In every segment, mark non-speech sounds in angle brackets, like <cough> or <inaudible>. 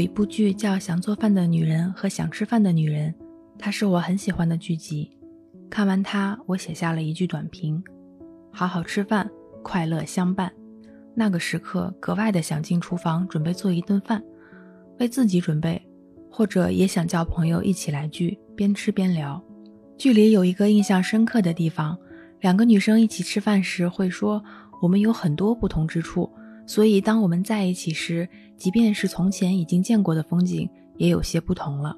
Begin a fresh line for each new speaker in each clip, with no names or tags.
一部剧叫《想做饭的女人》和《想吃饭的女人》，它是我很喜欢的剧集。看完它，我写下了一句短评：“好好吃饭，快乐相伴。”那个时刻格外的想进厨房准备做一顿饭，为自己准备，或者也想叫朋友一起来聚，边吃边聊。剧里有一个印象深刻的地方，两个女生一起吃饭时会说：“我们有很多不同之处。”所以，当我们在一起时，即便是从前已经见过的风景，也有些不同了。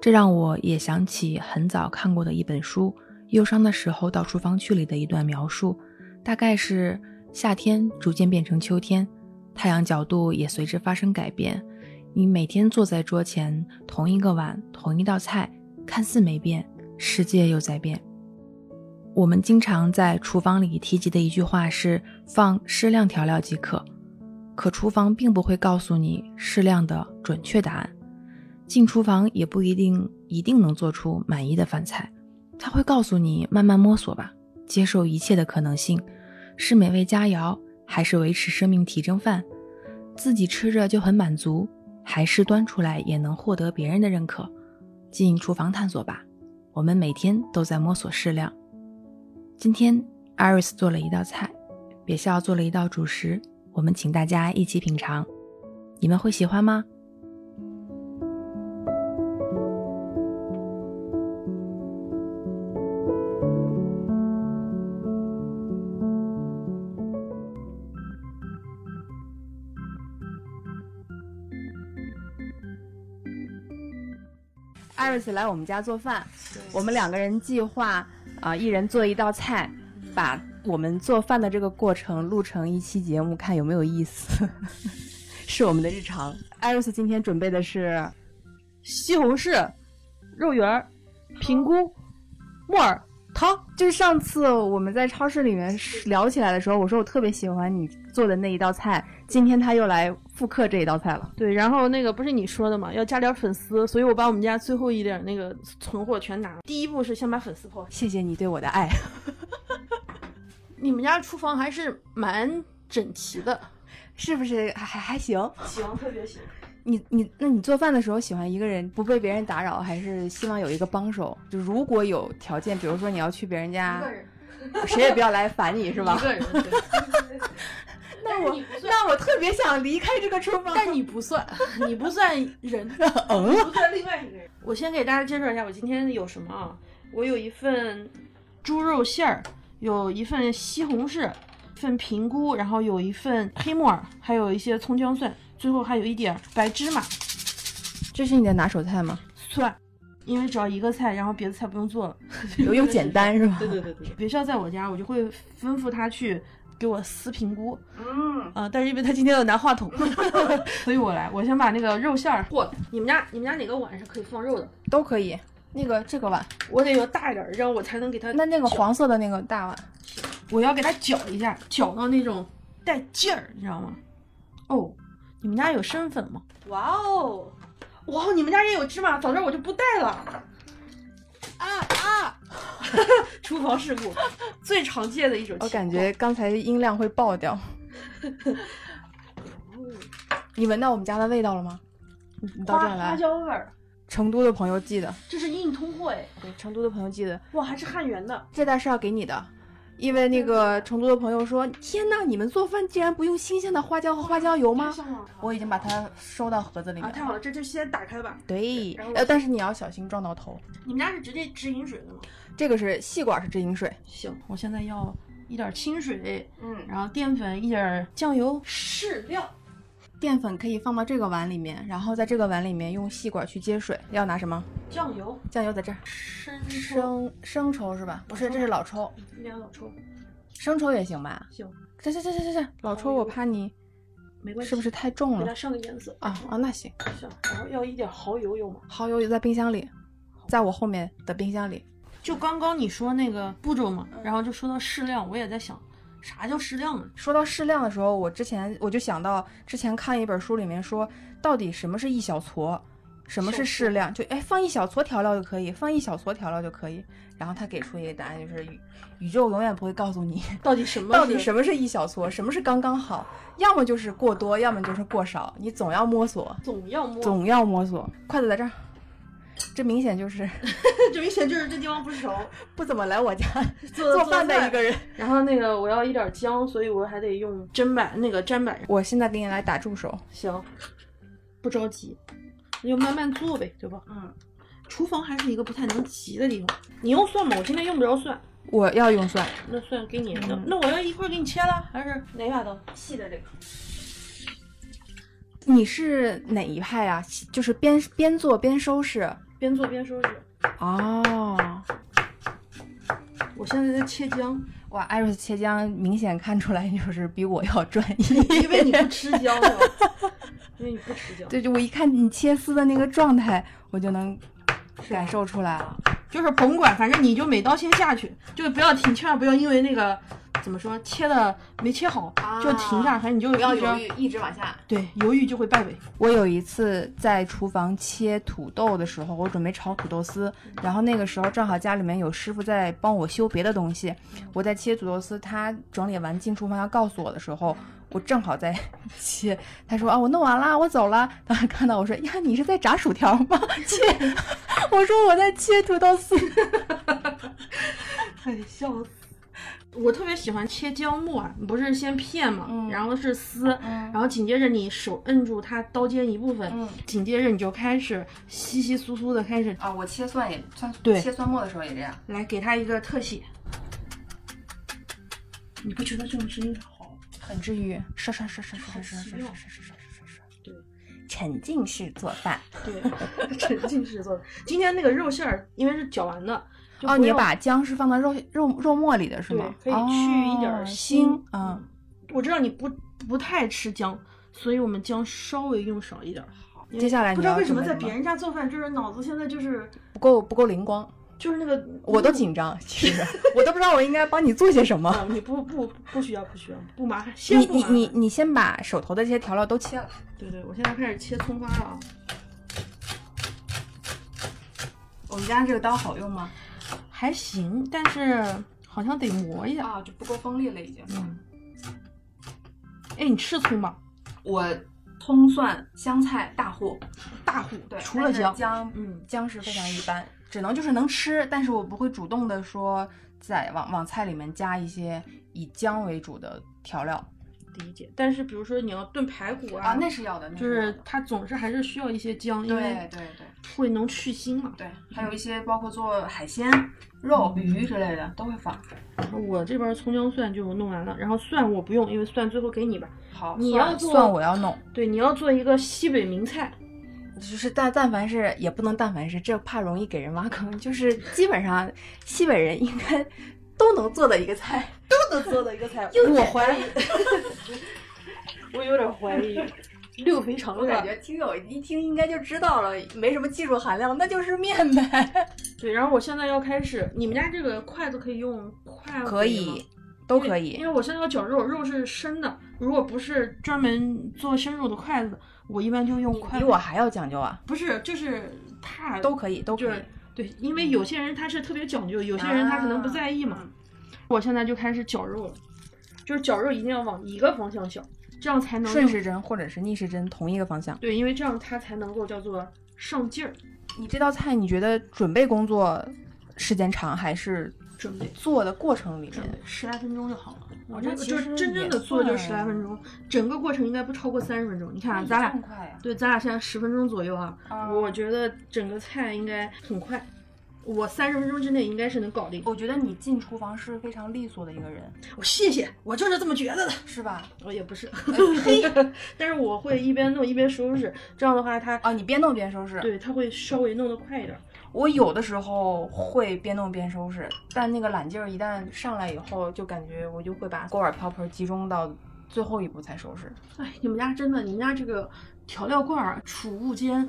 这让我也想起很早看过的一本书《忧伤的时候到厨房去》里的一段描述，大概是夏天逐渐变成秋天，太阳角度也随之发生改变。你每天坐在桌前，同一个碗，同一道菜，看似没变，世界又在变。我们经常在厨房里提及的一句话是“放适量调料即可”，可厨房并不会告诉你适量的准确答案。进厨房也不一定一定能做出满意的饭菜，它会告诉你慢慢摸索吧，接受一切的可能性，是美味佳肴，还是维持生命体征饭，自己吃着就很满足，还是端出来也能获得别人的认可。进厨房探索吧，我们每天都在摸索适量。今天，Iris 做了一道菜，别笑做了一道主食，我们请大家一起品尝，你们会喜欢吗？
艾瑞斯来我们家做饭，我们两个人计划啊、一人做一道菜，把我们做饭的这个过程 <laughs> 录成一期节目，看有没有意思。是我们的日常。艾瑞斯今天准备的是西红柿、肉圆儿、平菇、木耳汤。就是上次我们在超市里面聊起来的时候，我说我特别喜欢你做的那一道菜，今天他又来复刻这一道菜了。
对，然后那个不是你说的嘛，要加点粉丝，所以我把我们家最后一点那个存货全拿了。第一步是先把粉丝泡。
谢谢你对我的爱。
你们家厨房还是蛮整齐的，
是不是还还还行？
行，特别行。
你你那你做饭的时候喜欢一个人不被别人打扰，还是希望有一个帮手？就如果有条件，比如说你要去别人家，
人，
谁也不要来烦你，是吧？
个人。对 <laughs>
那
但是
我
你不算
那我特别想离开这个厨房。
但你不算，你不算人，
嗯，
不算另外一个人。我先给大家介绍一下我今天有什么啊？我有一份猪肉馅儿，有一份西红柿，一份平菇，然后有一份黑木耳，还有一些葱姜蒜，最后还有一点白芝麻
这是你的拿手菜吗？
蒜。因为只要一个菜，然后别的菜不用做了，
有用简单是吧？
对对。别校在我家，我就会吩咐他去给我撕平菇，
嗯，
啊、但是因为他今天要拿话筒， <laughs> 所以我来，我先把那个肉馅儿和。你们家你们家哪个碗是可以放肉的？
都可以。那个这个碗，
我得有大一点儿，这样我才能给它。
那那个黄色的那个大碗，
我要给它搅一下，搅到那种带劲儿，你知道吗？哦，你们家有生粉吗？哇哦，哇哦，你们家也有芝麻，早知道我就不带了。啊啊！ <laughs> 厨房事故最常见的一种情况。
我感觉刚才音量会爆 <laughs> 掉。你闻到我们家的味道了吗？你你到这
花
儿
花
来，
椒味儿，
成都的朋友记得，
这是硬通货哎！
对，成都的朋友记得，
哇，还是汉元的。
这袋是要给你的，因为那个成都的朋友说：“天呐，你们做饭竟然不用新鲜的花椒和花椒油吗
太香了？”
<laughs> 我已经把它收到盒子里
啊，
面。
太好了，这就先打开吧。
对
然后，
呃，但是你要小心撞到头。
你们家是直接直饮水的吗？
这个是细管是直饮水，
行，我现在要一点清水，
嗯，
然后淀粉一点酱油，适量。
淀粉可以放到这个碗里面，然后在这个碗里面用细管去接水。要拿什么？
酱油，
酱油在这儿。
生抽，
生生抽是吧？不是，这是老抽，
一点老抽，
生抽也行吧？
行，
这这这这这这老抽，我怕你
没关系。
是不是太重
给它
了？
上个颜色？
啊啊，那行，
行，然后要一点蚝油有吗？
蚝油也在冰箱里，在我后面的冰箱里。
就刚刚你说那个步骤嘛，然后就说到适量，我也在想，啥叫适量啊？
说到适量的时候，我之前我就想到之前看一本书里面说，到底什么是一小撮，什么是适量？就哎，放一小撮调料就可以，放一小撮调料就可以。然后他给出一个答案，就是宇宇宙永远不会告诉你
到
<laughs>
底什么
到底
是
什么是一小撮，什么是刚刚好，要么就是过多，要么就是过少，你总要摸索，
总要摸，
总要摸索。筷子在这儿，这明显就是
<laughs> 这明显就是这地方不熟，
<laughs> 不怎么来 <laughs> 我家
做
做饭的一。个人。
然后那个我要一点姜，所以我还得用砧板那个砧板。
我现在给你来打助手，
行，不着急，那就慢慢做呗，对吧？嗯，厨房还是一个不太能急的地方。你用蒜吗？我今天用不着蒜，
我要用蒜，
那蒜给你，那
嗯
那我要一块儿给你切了，还是哪把刀？细的这个。
你是哪一派啊？就是边边做边收拾。
边做边收拾。
哦，
我现在在切 <laughs> 姜，
哇，艾瑞斯切姜明显看出来就是比我要专 <laughs> 业，
因为你不吃姜的，因为你不吃姜。
对，就我一看你切丝的那个状态，我就能感受出来了。
<laughs> 就是甭管，反正你就每刀先下去，就不要停，千万不要因为那个怎么说切的没切好、
啊
就停下，反正你就不
不要犹豫，，一直往下。
对，犹豫就会败北。
我有一次在厨房切土豆的时候，我准备炒土豆丝，然后那个时候正好家里面有师傅在帮我修别的东西，我在切土豆丝，他整理完进厨房要告诉我的时候，我正好在 <laughs> 切，他说啊我弄完啦，我走了，当时看到我说呀你是在炸薯条吗？ <laughs> 切，我说我在切土豆丝， <laughs>
哎，笑死！我特别喜欢切姜末啊，你不是先片嘛，
嗯
然后是丝。
嗯
然后紧接着你手摁住它刀尖一部分，
嗯
紧接着你就开始稀稀疏疏的开始
啊我切蒜也蒜
对
切蒜末的时候也这样，
来给它一个特写。你不觉得这种声音好？
很治愈，刷刷刷刷刷刷刷刷刷刷刷刷刷刷，
对，
沉浸式做饭。
对， <laughs> 沉浸式做的。今天那个肉馅儿，因为是搅完的，就
哦，
不
你
用
把姜是放到肉肉肉末里的是
对
吗？
可以去一点儿
哦
腥嗯
腥啊。。
我知道你不不太吃姜，所以我们姜稍微用少一点儿好。因为
接下来你
不知道
要
为什
准
么
备
在
什么
别人家做饭，就是脑子现在就是
不够不够灵光，
就是那个
我都紧张，其实 <laughs> 我都不知道我应该帮你做些什么。
啊，你不不不需要不需要不麻烦，先
你
不
你
麻烦
你你先把手头的这些调料都切了，
对对，我现在开始切葱花了啊。
我们家这个刀好用吗？
还行，但是好像得磨一下。
啊，就不够锋利了已经。
嗯。哎，你吃葱吗？
我葱蒜香菜大户，
大户，
对，
除了姜
姜，，姜
嗯，
姜是非常一般，只能就是能吃，但是我不会主动的说在往往菜里面加一些以姜为主的调料
理解。但是比如说你要炖排骨啊，
是要的，那
就是它总是还是需要一些姜，因为
对对。
会能去腥嘛。
对，还有一些包括做海鲜、肉、鱼之类的都会放。
然后我这边葱姜蒜就弄完了，然后蒜我不用，因为蒜最后给你吧。
好
你
蒜
要做
蒜我要弄，
对，你要做一个西北名菜，
就是但但凡是也不能但凡是，这怕容易给人挖坑，就是基本上西北人应该都能做的一个菜。 <laughs>
都能做的一个菜。
我
我
怀
怀
疑
疑，我有点怀疑，六肥肠
我感觉听友一听应该就知道了，没什么技术含量，那就是面呗。
对，然后我现在要开始，你们家这个筷子可以用筷
<laughs>
子
可
吗
以，都可
因为
以
因。为我现在要绞肉，肉是生的，如果不是专门做生肉的筷子，我一般就用筷
比
子。
我还要讲究啊，
不是，就是怕
都可以，都可以
就是。对，因为有些人他是特别讲究，有些人他可
啊
能不在意嘛。我现在就开始绞肉了，就是绞肉一定要往一个方向绞，这样才能
顺时针或者是逆时针，同一个方向。
对，因为这样它才能够叫做上劲儿。
你这道菜，你觉得准备工作时间长，还是
准备
做的过程里
准备
面？
十来分钟就好了。我
哦
这
那
个
其
就
实
是真正
也
的做就十来
算
分钟，整个过程应该不超过三十分钟。你看啊，咱
这
俩
么快呀
对，咱俩现在十分钟左右啊，
啊
我觉得整个菜应该很快，我三十分钟之内应该是能搞定。
我觉得你进厨房是非常利索的一个人，
我谢谢，我就是这么觉得的。
是吧？
我呃也不 <laughs> 是，但是我会一边弄一边收拾，这样的话它
啊，你边弄边收拾。，
对它会稍微弄得快一点。
我有的时候会边弄边收拾，但那个懒劲儿一旦上来以后，就感觉我就会把锅碗瓢盆集中到最后一步才收拾。
哎，你们家真的，你们家这个调料罐儿、啊储物间，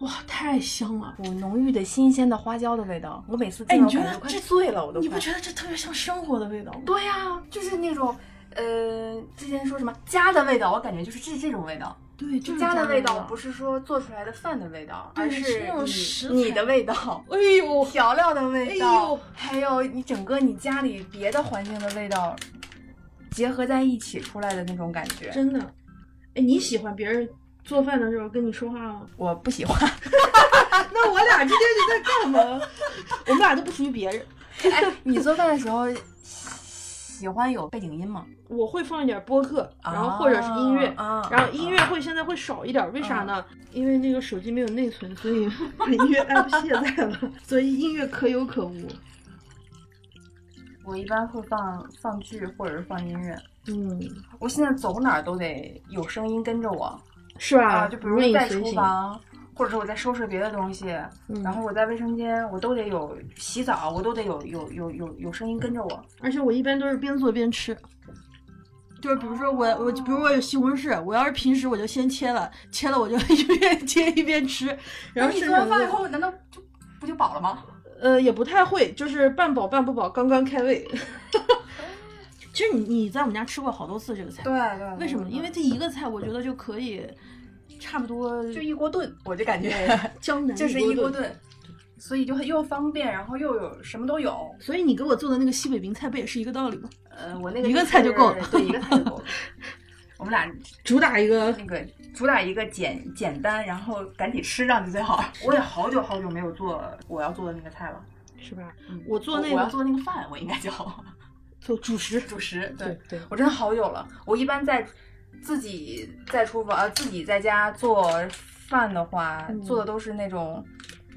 哇，太香了！
有浓郁的新鲜的花椒的味道，我每次
哎
进到
你觉
感
得
觉快
这
醉了，我都
你不
快
觉得这特别像生活的味道吗？
对呀、就是那种呃，之前说什么家的味道，我感觉就是这这种味道。
对，就是
家的
味
味道不是说做出来的饭的味道，
对
而
是那种食
你
材
你的味道、
哎呦，
调料的味
哎
道
呦，
还有你整个你家里别的环境的味道结合在一起出来的那种感觉，
真的。哎，你喜欢别人做饭的时候跟你说话吗？
我不
<laughs>
喜欢。
那我俩之间是在干嘛？我们俩都不属于别人。
哎，你做饭的时候喜欢有背景音吗？
我会放一点播客，然后或者是音乐，
啊，
<laughs>
啊
然后音乐会现在会少一点，为啥呢？因为那个手机没有内存，所 <laughs> 以把音乐 app 卸载了，所以音乐可有可无。
我一般会放放剧或者是放音乐。
嗯，
我现在走哪儿都得有声音跟着我
是吧？
啊，就比
无
如
论
说
你
在
随
厨
行，
房，或者是我在收拾别的东西，
嗯
然后我在卫生间，我都得有洗澡，我都得有有有有有声音跟着我。
而且我一般都是边做边吃。就是比如说我我比如我有西红柿，我要是平时我就先切了，切了我就 <laughs> 一边切一边吃，
那
然后
你
甚
做完
至我
饭以
就
后，难道就不就饱了吗？
呃也不太会，就是半饱半不饱，刚刚开胃。 <laughs> 其实你你在我们家吃过好多次这个菜，
对对。
为什么？
对
因为这一个菜，我觉得就可以差不多
就一锅炖， <laughs> 我就感觉 <laughs>
江南
就是一锅
炖。
炖，所以就很又方便，然后又有什么都有。
所以你给我做的那个西北名菜不也是一个道理吗？
呃，我那个
一个
就是
菜就够了
对，一个菜就够了。 <laughs> 我们俩
主打一个
那个主打一个简简单，然后赶紧吃上去最好。我也好久好久没有做我要做的那个菜了。
是吧？
嗯
我做那
我要
个
做那个饭，我应该叫
做主食，
主食。对，
对，
我真的好久了。我一般在自己在厨房呃自己在家做饭的话，
嗯
做的都是那种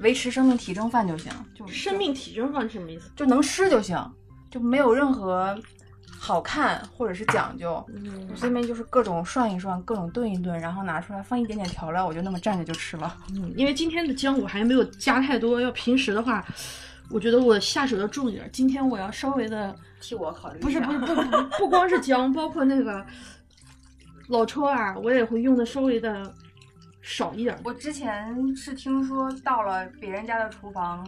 维持生命体征饭就行，就
生命体征饭是什么意思？
就能吃就行，就没有任何好看或者是讲究。
嗯
我这边就是各种涮一涮，各种炖一炖，然后拿出来放一点点调料，我就那么蘸着就吃了。
嗯，因为今天的姜我还没有加太多，要平时的话，我觉得我下手要重一点。今天我要稍微的，
替我考虑
不是不是不不不 <laughs> 不光是姜，包括那个老抽啊，我也会用的稍微的少一点。
我之前是听说到了别人家的厨房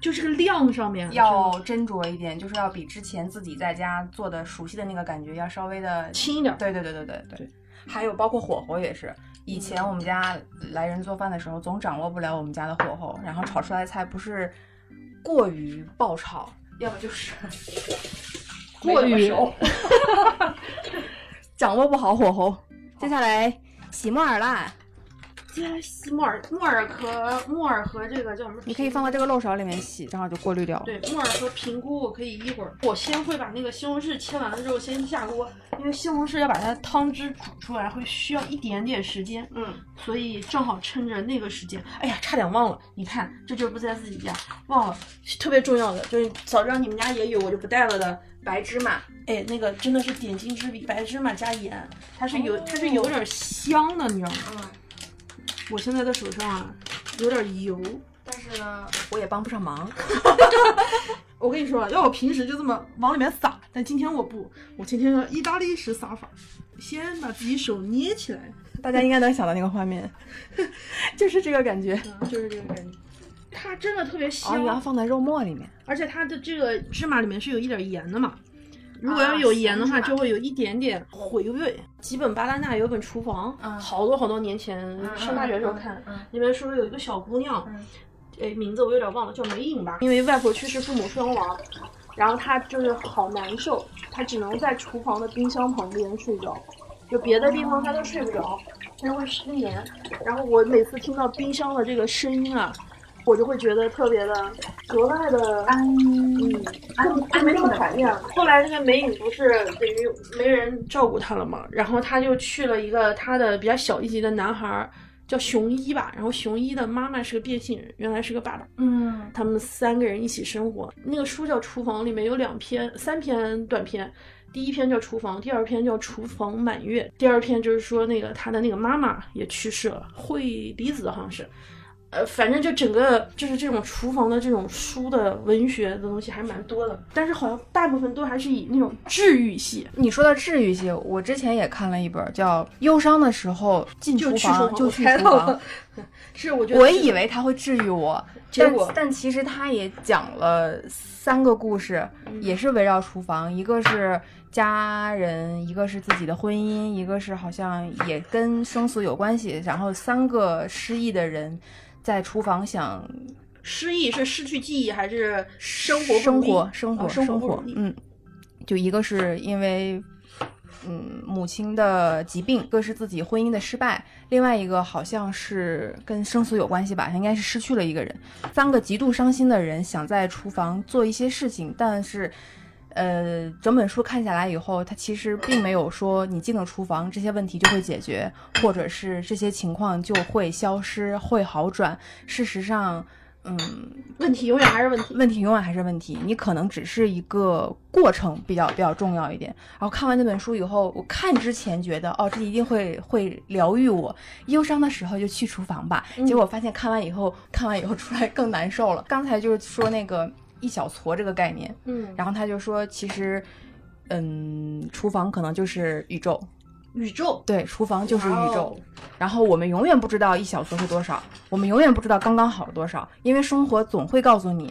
就是个量上面
要斟酌一点，就是要比之前自己在家做的熟悉的那个感觉要稍微的
轻一点。
对对对对对
对。
还有包括火候也是，以前我们家来人做饭的时候，总掌握不了我们家的火候，然后炒出来的菜不是过于爆炒，要么就是 <laughs>
过于
没怎么熟掌握不好火候。
接下来喜木耳啦，
接下
<laughs>
来洗木耳，木耳和木耳和这个叫什么？
你可以放到这个漏勺里面洗，正好就过滤掉了。
对木耳和平菇，我可以一会儿，我先会把那个西红柿切完了之后先下锅，因为西红柿要把它汤汁煮出来会需要一点点时间，
嗯，
所以正好趁着那个时间。哎呀，差点忘了，你看这就是不在自己家，忘了特别重要的，就是早知道你们家也有，我就不带了的白芝麻。哎，那个真的是点睛之笔，白芝麻加盐，它是有、它是有点香的，你知道吗？
哦嗯，
我现在的手上啊有点油。
但是呢，我也帮不上忙。
我跟你说，要我平时就这么往里面撒，但今天我不，我今天要意大利式撒法，先把自己手捏起来，
大家应该能想到那个画面，就是这个感觉。
嗯，就是这个感觉。它真的特别
哦，
香，
你要放在肉末里面。
而且它的这个芝麻里面是有一点盐的嘛。如果
啊
要有盐的话，
咸芝麻
就会有一点点回味。几本巴拉纳有本厨房，
嗯
好多好多年前上大学时候看，
嗯嗯
里面说有一个小姑娘
嗯，
哎，名字我有点忘了，叫梅影吧。因为外婆去世，父母双亡，然后她就是好难受，她只能在厨房的冰箱旁边睡着，就别的地方她都睡不着，她就会失眠。然后我每次听到冰箱的这个声音啊，我就会觉得特别的格外的安，嗯，更更没那么怀念了。后来那个梅影不是等于没人照顾她了嘛，然后她就去了一个她的比较小一级的男孩儿。叫熊一吧，然后熊一的妈妈是个变性人，原来是个爸爸，
嗯
他们三个人一起生活。那个书叫《厨房》，里面有两篇、三篇短篇，第一篇叫《厨房》，第二篇叫《厨房满月》，第二篇就是说那个他的那个妈妈也去世了，惠离子好像是。呃，反正就整个就是这种厨房的这种书的文学的东西还蛮多的，但是好像大部分都还是以那种治愈系，
你说到治愈系，我之前也看了一本叫《忧伤的时候进
就
厨
去
房就
我
去
猜
厨
到
房
了》，，是我觉得
我
是
以为它会治愈我，
结
但
果
但嗯其实它也讲了三个故事，也是围绕厨房，一个是家人，一个是自己的婚姻，一个是好像也跟生死有关系，然后三个失忆的人在厨房想
失忆是失去记忆还是生活不
生
如意
活生活
哦生
生
不
活
如，意
嗯，就一个是因为嗯母亲的疾病，一个是自己婚姻的失败，另外一个好像是跟生死有关系吧，应该是失去了一个人。三个极度伤心的人想在厨房做一些事情，但是。呃，整本书看下来以后，它其实并没有说你进了厨房这些问题就会解决，或者是这些情况就会消失、会好转。事实上，嗯，
问题永远还是问题。
问题永远还是问题，你可能只是一个过程比较比较重要一点。然后看完那本书以后，我看之前觉得哦，这一定会会疗愈我，忧伤的时候就去厨房吧。结果发现看完以后，看完以后出来更难受了。刚才就是说那个一小撮这个概念，
嗯，
然后他就说其实，嗯，厨房可能就是宇宙，
宇宙
对，厨房就是宇
哇
宙
哦。
然后我们永远不知道一小撮是多少，我们永远不知道刚刚好是多少，因为生活总会告诉你，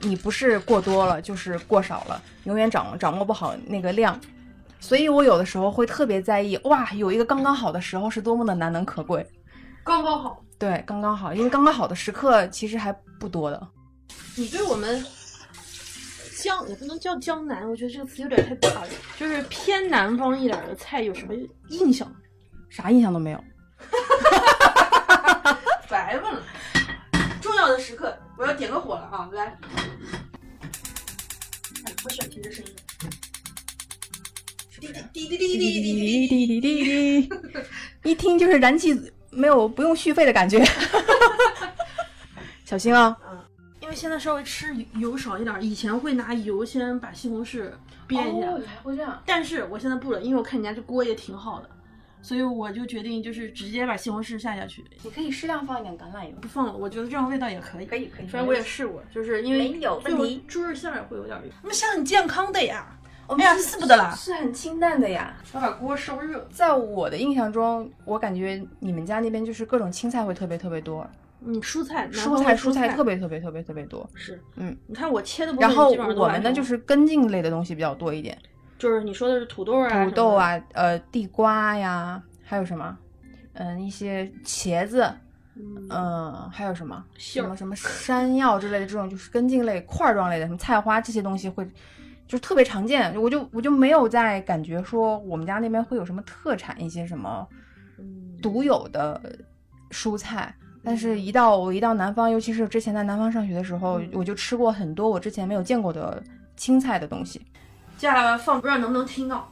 你不是过多了就是过少了，永远掌掌握不好那个量。所以我有的时候会特别在意，哇，有一个刚刚好的时候是多么的难能可贵。
刚刚好。
对，刚刚好，因为刚刚好的时刻其实还不多的。
你对我们江也不能叫江南，我觉得这个词有点太大了，就是偏南方一点的菜有什么印象？
啥印象都没有，
白问了。重要的时刻，我要点个火了啊！来，哎我喜欢听这声音。滴滴滴滴滴滴滴滴滴，
滴滴滴滴， <laughs> 一听就是燃气没有不用续费的感觉。 <laughs> 小心啊、
因为现在稍微吃油少一点，以前会拿油先把西红柿煸一下，
哦，还会这样。
但是我现在不了，因为我看人家这锅也挺好的，所以我就决定就是直接把西红柿下下去，
你可以适量放一点橄榄油。
不放了。我觉得这样味道也可以。
以可以
虽然我也试过，就是因为
没有
最后
问题
猪肉馅儿也会有点油。那么像很健康的呀，
我
哎呀是不得了
是很清淡的呀。
要把锅烧热。
在我的印象中，我感觉你们家那边就是各种青菜会特别特别多，
嗯，蔬菜，南
蔬
方
菜
的
蔬
蔬
特别特别特别特别多。
是，
嗯，
你看我切的部分
然后
基本上都
我们
完
呢
成
就
了
是根茎类的东西比较多一点，
就是你说的是土豆啊，
土豆，啊，呃，地瓜呀，还有什么？嗯，一些茄子，
嗯，
嗯，还有什么
杏
什
儿
么什么山药之类的这种，就是根茎类、块状类的，什么菜花这些东西会，就是特别常见。我就我就没有在感觉说我们家那边会有什么特产一些什么独有的蔬菜，但是一到我一到南方，尤其是之前在南方上学的时候，我就吃过很多我之前没有见过的青菜的东西。
接下来放，不知道能不能听到。啊，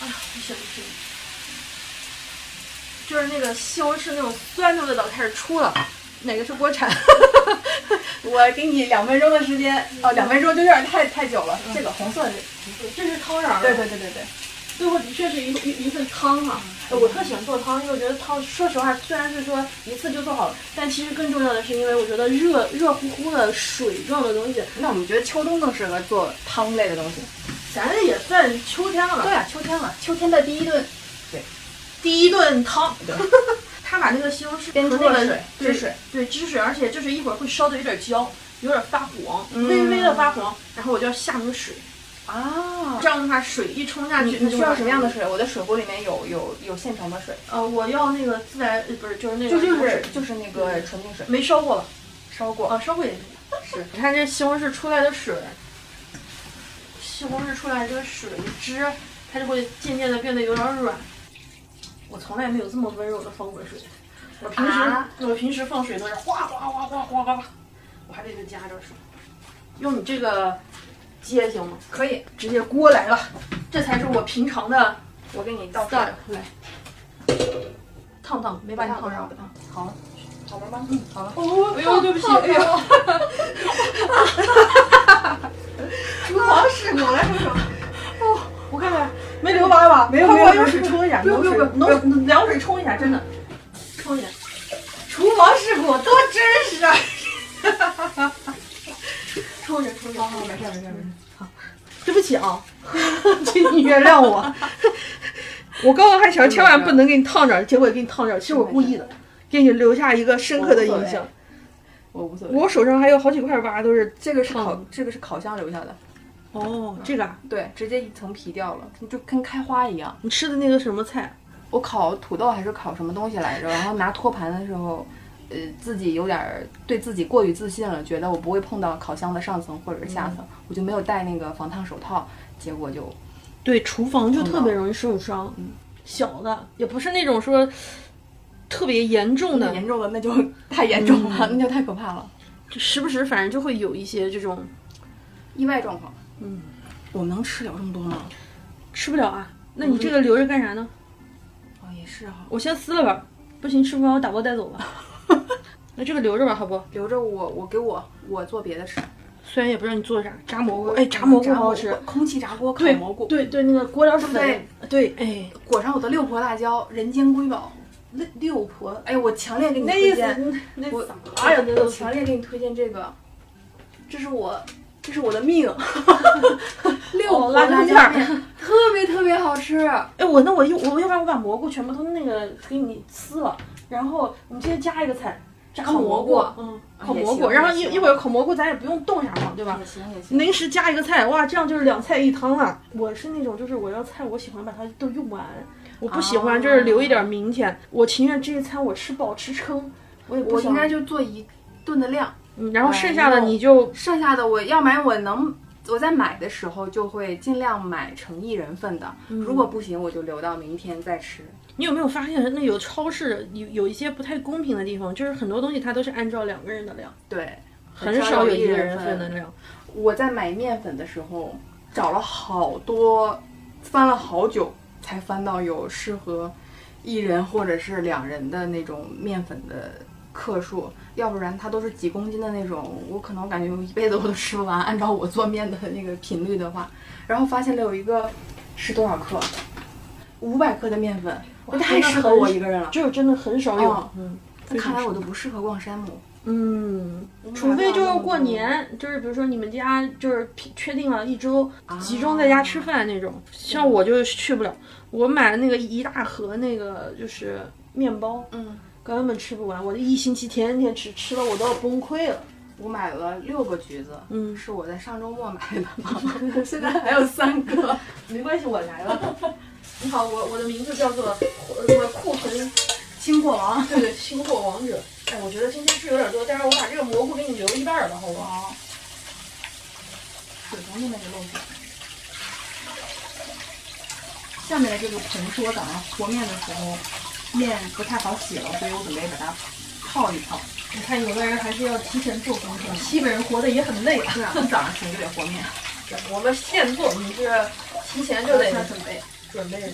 不行不行，就是那个西红柿那种酸的味道开始出了，哪个是锅铲？
<laughs> 我给你两分钟的时间，哦，两分钟就有点太太久了。这个红色的，
这是汤勺，
对对对对对。
最后的确是一一一份汤
嗯
哈、呃我特喜欢做汤，因为我觉得汤，说实话，虽然是说一次就做好，但其实更重要的是，因为我觉得热热乎乎的水状的东西，
那我们觉得秋冬更适合做汤类的东西。
咱这也算秋天了吧？
对啊，秋天了，秋天的第一顿
第一顿汤
对。
<laughs> 他把那个西红柿
煸
和
出
那
了
个
水
对
汁水，
对汁水，而且就是一会儿会烧的有点焦，有点发黄，
嗯
微微的发黄，然后我就要下那个水，
啊
这。样的话水一冲下
你
去，
你需要什么样的
水？
水？我的水壶里面有有有现成的水，
呃，我要那个自来，呃不是，就是那个
就
什么
是
水
就是那个纯净水，
没烧过了。
烧过。
啊，烧过也是。你看这西红柿出来的水，西红柿出来这个水汁，它就会渐渐的变得有点软。我从来没有这么温柔的放过水，我平时、
啊
我平时放水都是哗哗哗哗哗哗哗，我还得给加点水。用你这个接行吗？
可以，
直接锅来了，这才是我平常的
我给你倒水。
style。来，烫烫，没把你烫着啊。
好，好玩吗？好了。
哎呦，对不起，哎呦，厨房是我来说说。哦，我看看，没流完吧？没有，没有，用水冲一下，不用，不用，不用，浓凉水冲一下，真的，冲一下。厨房事故多真实啊！冲一下，冲一下，好，没事，没事，没事。好，对不起啊，请你原谅我。我刚刚还想千万不能给你烫着，结果给你烫着，其实我故意的，给你留下一个深刻的印象。
<laughs> 我无所谓。
我手上还有好几块疤，都是
这个是烤
嗯，
这个是烤箱留下的。
哦，这个啊，
对，直接一层皮掉了，就跟开花一样。
你吃的那个什么菜？
我烤土豆还是烤什么东西来着？然后拿托盘的时候，呃，自己有点儿对自己过于自信了，觉得我不会碰到烤箱的上层或者是下层，我就没有戴那个防烫手套，结果就
对，厨房就
嗯
特别容易受伤，小的也不是那种说特别严重的，
严重了，那就 <laughs> 太严重了，那就太可怕了，
就时不时反正就会有一些这种
意外状况。嗯，我们能吃了这么多吗？
吃不了啊。那你这个留着干啥呢？
哦，也是哈、
我先撕了吧，不行吃不完我打包带走 <laughs> 吧。那这个留着吧，好不？
留着我，我给我我做别的吃。
虽然也不知道你做啥，炸蘑菇，哎，炸蘑菇
炸
好好吃。，
空气炸锅烤
对
蘑菇，
对对，那个锅料粉，
对
对，哎，
裹上我的六婆辣椒，人间瑰宝。六六婆，哎，我强烈给你
那
推
意思
荐。，
那
我哎
啥呀？那
我
都
强烈给你推荐这个，这是我，这是我的
<laughs>
命。六
哦
婆
辣
椒
椒片儿 <laughs>
面特别特别好吃。
哎，我那我又我要不然我把蘑菇全部都那个给你撕了，然后我们直接加一个菜，炸
烤
蘑
蘑菇
嗯，烤
也
蘑
行
菇，然后
也
一
行
一会儿烤蘑菇咱也不用动啥嘛，对吧？
也行也行，
临时加一个菜，哇，这样就是两菜一汤啊了。我是那种就是我要菜，我喜欢把它都用完，我不喜欢就是留一点儿明天，我情愿这一餐我吃饱吃撑，我也不
我
想
应该就做一顿的量，
嗯，然后剩下
哎
的
呦
你就
剩下的我要买我能。我在买的时候就会尽量买成一人份的，如果不行我就留到明天再吃。
嗯你有没有发现那有超市有有一些不太公平的地方，就是很多东西它都是按照两个人的量，
对，
很
少
少
有
有
一
一个
人
人
份
份的量。
我在买面粉的时候找了好多，翻了好久才翻到有适合一人或者是两人的那种面粉的克数，要不然它都是几公斤的那种，我可能感觉我一辈子我都吃不完。按照我做面的那个频率的话，然后发现了有一个是多少克，五百克的面粉，
哇
太适合我一个人了。
就是真的很少有，
哦
嗯，
那看来我都不适合逛山姆，
嗯，除非就是过年，就是比如说你们家就是确定了一周集中在家吃饭那种，像我就去不了。我买了那个一大盒那个就是面包，
嗯，
根本吃不完，我这一星期天天吃，吃的我都要崩溃了。
我买了六个橘子，
嗯
是我在上周末买的， <laughs> 现在还有三个。
没关系，我来了。 <laughs> 你好，我我的名字叫做我库存
新货王，
对对星火王者。哎，我觉得今天吃有点多，但是我把这个蘑菇给你留一半儿吧，好不好？
水从那边给漏出来。下面的 <laughs> 这个盆是我早上和面的时候面不太好洗了，所以我准备把它泡一泡。
你看，有的人还是要提前做功课。西北人活得也很累啊。
对 <laughs> 啊，早上起来就得和面。
我们现做，你是提前就得准备准备。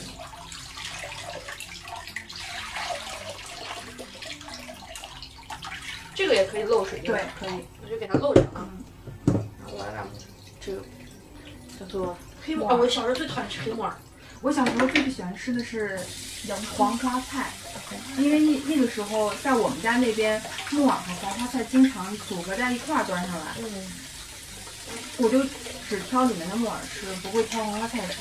这个也可以漏水，吧，，
可以。
我就给它漏上啊。然后我来把这个叫做黑木耳。我小时候最讨厌吃黑木耳。
<laughs> 我小时候最不喜欢吃的是洋黄花菜，因为那那个时候在我们家那边木耳和黄花菜经常组合在一块儿端上来。
嗯。
我就只挑里面的木耳吃，不会挑黄花菜吃。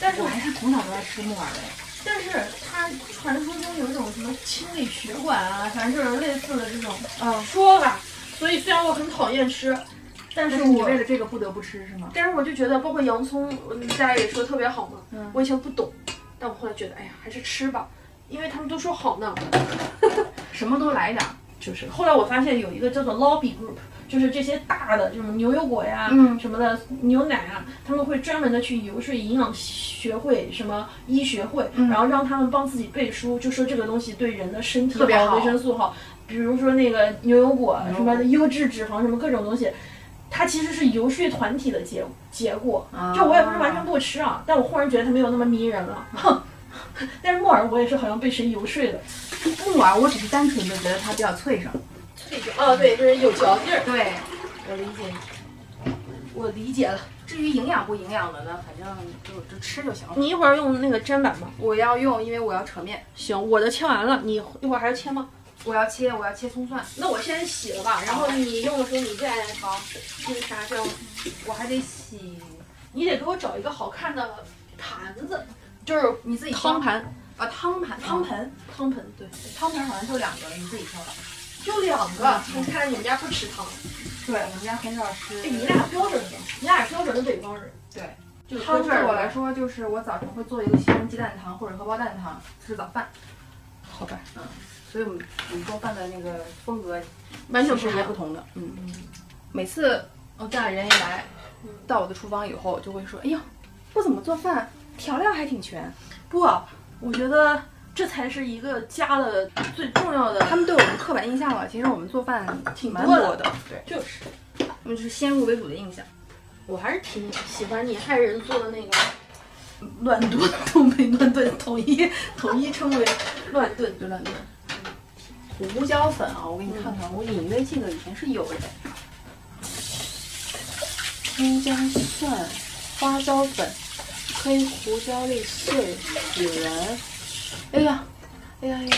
但是
我还是从小都在吃木耳的。
但是它传说中有一种什么清理血管啊，反正就是类似的这种
嗯，
说法。所以虽然我很讨厌吃，但
但
是
是你
我
为了这个不得不吃是吗？
但是我就觉得，包括洋葱，嗯大家也说特别好嘛。
嗯
我以前不懂，但我后来觉得，哎呀，还是吃吧，因为他们都说好呢。
什么都来点儿。
就是后来我发现有一个叫做 Lobby Group，就是这些大的，就是牛油果呀、
嗯
什么的牛奶啊，他们会专门的去游说营养学会、什么医学会，
嗯
然后让他们帮自己背书，就说这个东西对人的身体
特别好
维生素好。比如说那个牛油果
牛油
什
果
么优质脂肪什么各种东西，它其实是游说团体的结结果。
啊
就我也不是完全不吃啊，但我忽然觉得它没有那么迷人了。 <laughs> 哼，但是木耳我也是好像被谁游说的。
木耳，我只是单纯的觉得它比较脆生。
脆角啊，对，就是有嚼劲儿。
对，
我理解，我理解了。
至于营养不营养的呢，反正就就吃就行了。
你一会儿用那个砧板吗？
我要用，因为我要扯面，
行，我的切完了，你一会儿还要切吗？
我要切，我要切葱蒜，
那我先洗了吧，然后你用的时候你再好那个啥叫，
我还得洗。
你得给我找一个好看的盘子，就是
你自己
汤
盘
盘，
啊，汤盘，汤盆，
汤盆对，
汤盆好像就两个了，你自己挑吧。
就两个。我看来你们家不吃汤，
对我们家很少吃
哎，你俩标准的，你俩标准的北方人。
就
汤
是
味儿
对我
的
来说，就是我早晨会做一个西红柿鸡蛋汤或者荷包蛋汤，吃早饭。嗯
好吧，
所以我们我们做饭的那个风格
完全
其实
不一
还
样
不同的。嗯，每次我家里人一来到我的厨房以后，就会说：“哎呦，不怎么做饭，调料还挺全。
不，我觉得这才是一个家的最重要”
他
的。
们对我们刻板印象啊了，其实我们做饭挺蛮
多
多
的
的，对，
就是，
我们就是先入为主的印象。
我还是挺喜欢你害人做的那个乱炖， <laughs> 东北乱炖，统一统一称为乱炖。
就乱炖。胡椒粉啊，我给你看看，我隐约记得以前是有的。葱姜蒜、花椒粉、黑胡椒粒碎、盐。哎呀，哎呀哎呀，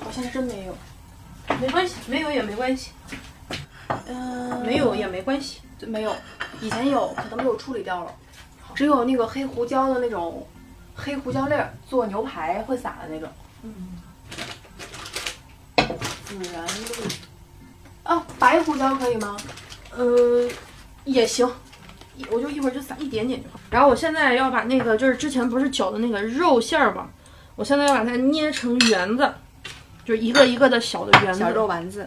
好像真没有。
没关系，没有也没关系，
嗯、
没有也没关系。
没有，以前有，可他们给我处理掉了。只有那个黑胡椒的那种，黑胡椒粒儿做牛排会撒的那种。嗯。孜然露。啊，白胡椒可以吗？
呃，也行，我就一会儿就撒一点点就好。然后我现在要把那个，就是之前不是搅的那个肉馅儿嘛，我现在要把它捏成圆子，就是一个一个的小的圆子。
小肉丸子。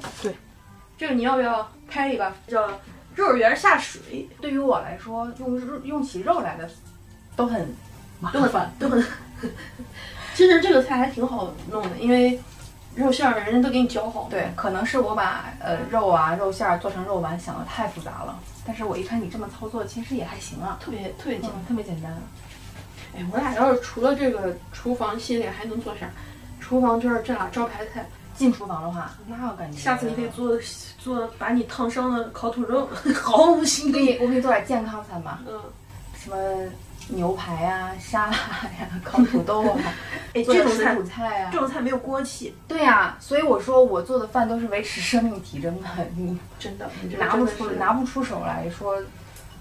这个你要不要拍一个叫肉儿圆下水？
对于我来说，用肉用起肉来的都很麻
都很
烦。
都很。其实这个菜还挺好弄的，因为肉馅儿人家都给你搅好。，
对，可能是我把呃肉啊肉馅儿做成肉丸想的太复杂了，但是我一看你这么操作，其实也还行啊，
特别特别简单。
嗯，特别简单。
哎，我俩要是除了这个厨房系列还能做啥？厨房就是这俩招牌菜，
进厨房的话，那我感觉
下次你得做做把你烫伤的烤土豆， <laughs> 毫无新
我给
意。
你，我给你做点健康餐吧，
嗯，
什么牛排啊、 <laughs> 沙拉呀、烤土豆啊，
<laughs> 哎，
做
这
点
种
水
菜
煮菜啊
这。种菜没有锅气，
对呀、所以我说我做的饭都是维持生命体征的，你
真的
拿不出
来。
拿不出手来说，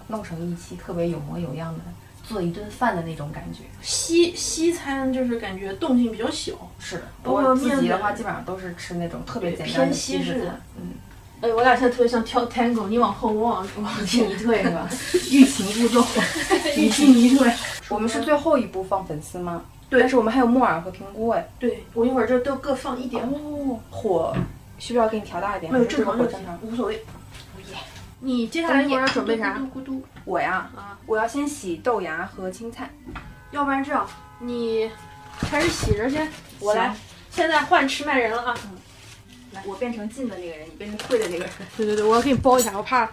弄成一期特别有模有样的做一顿饭的那种感觉。
西西餐就是感觉动静比较小。
是的，
包括
我自己
面
的
粉
话，基本上都是吃那种特别简单的
偏西
西
式
式
的
菜。嗯，
哎，我俩现在特别像跳 tango，你往后，我
<laughs>
往我往前，
一退是吧？欲擒故纵。
一进一 <laughs> 退。
<laughs> 我们是最后一步放粉丝吗？
对
但是我们还有木耳和平菇哎。
对我一会儿这都各放一点，
哦，火需不需要给你调大一点？
没有
还是这
正
个火
常就行
正常，。
无所谓。你接哦下来一会儿要准备啥？咕嘟
我呀，
啊！
我要先洗豆芽和青菜。
要不然这样，你开始洗着先，我来
行。
现在换吃麦人了啊！
来，我变成进的那个人，你变成退的那个人。
对对对，我要给你包一下，我怕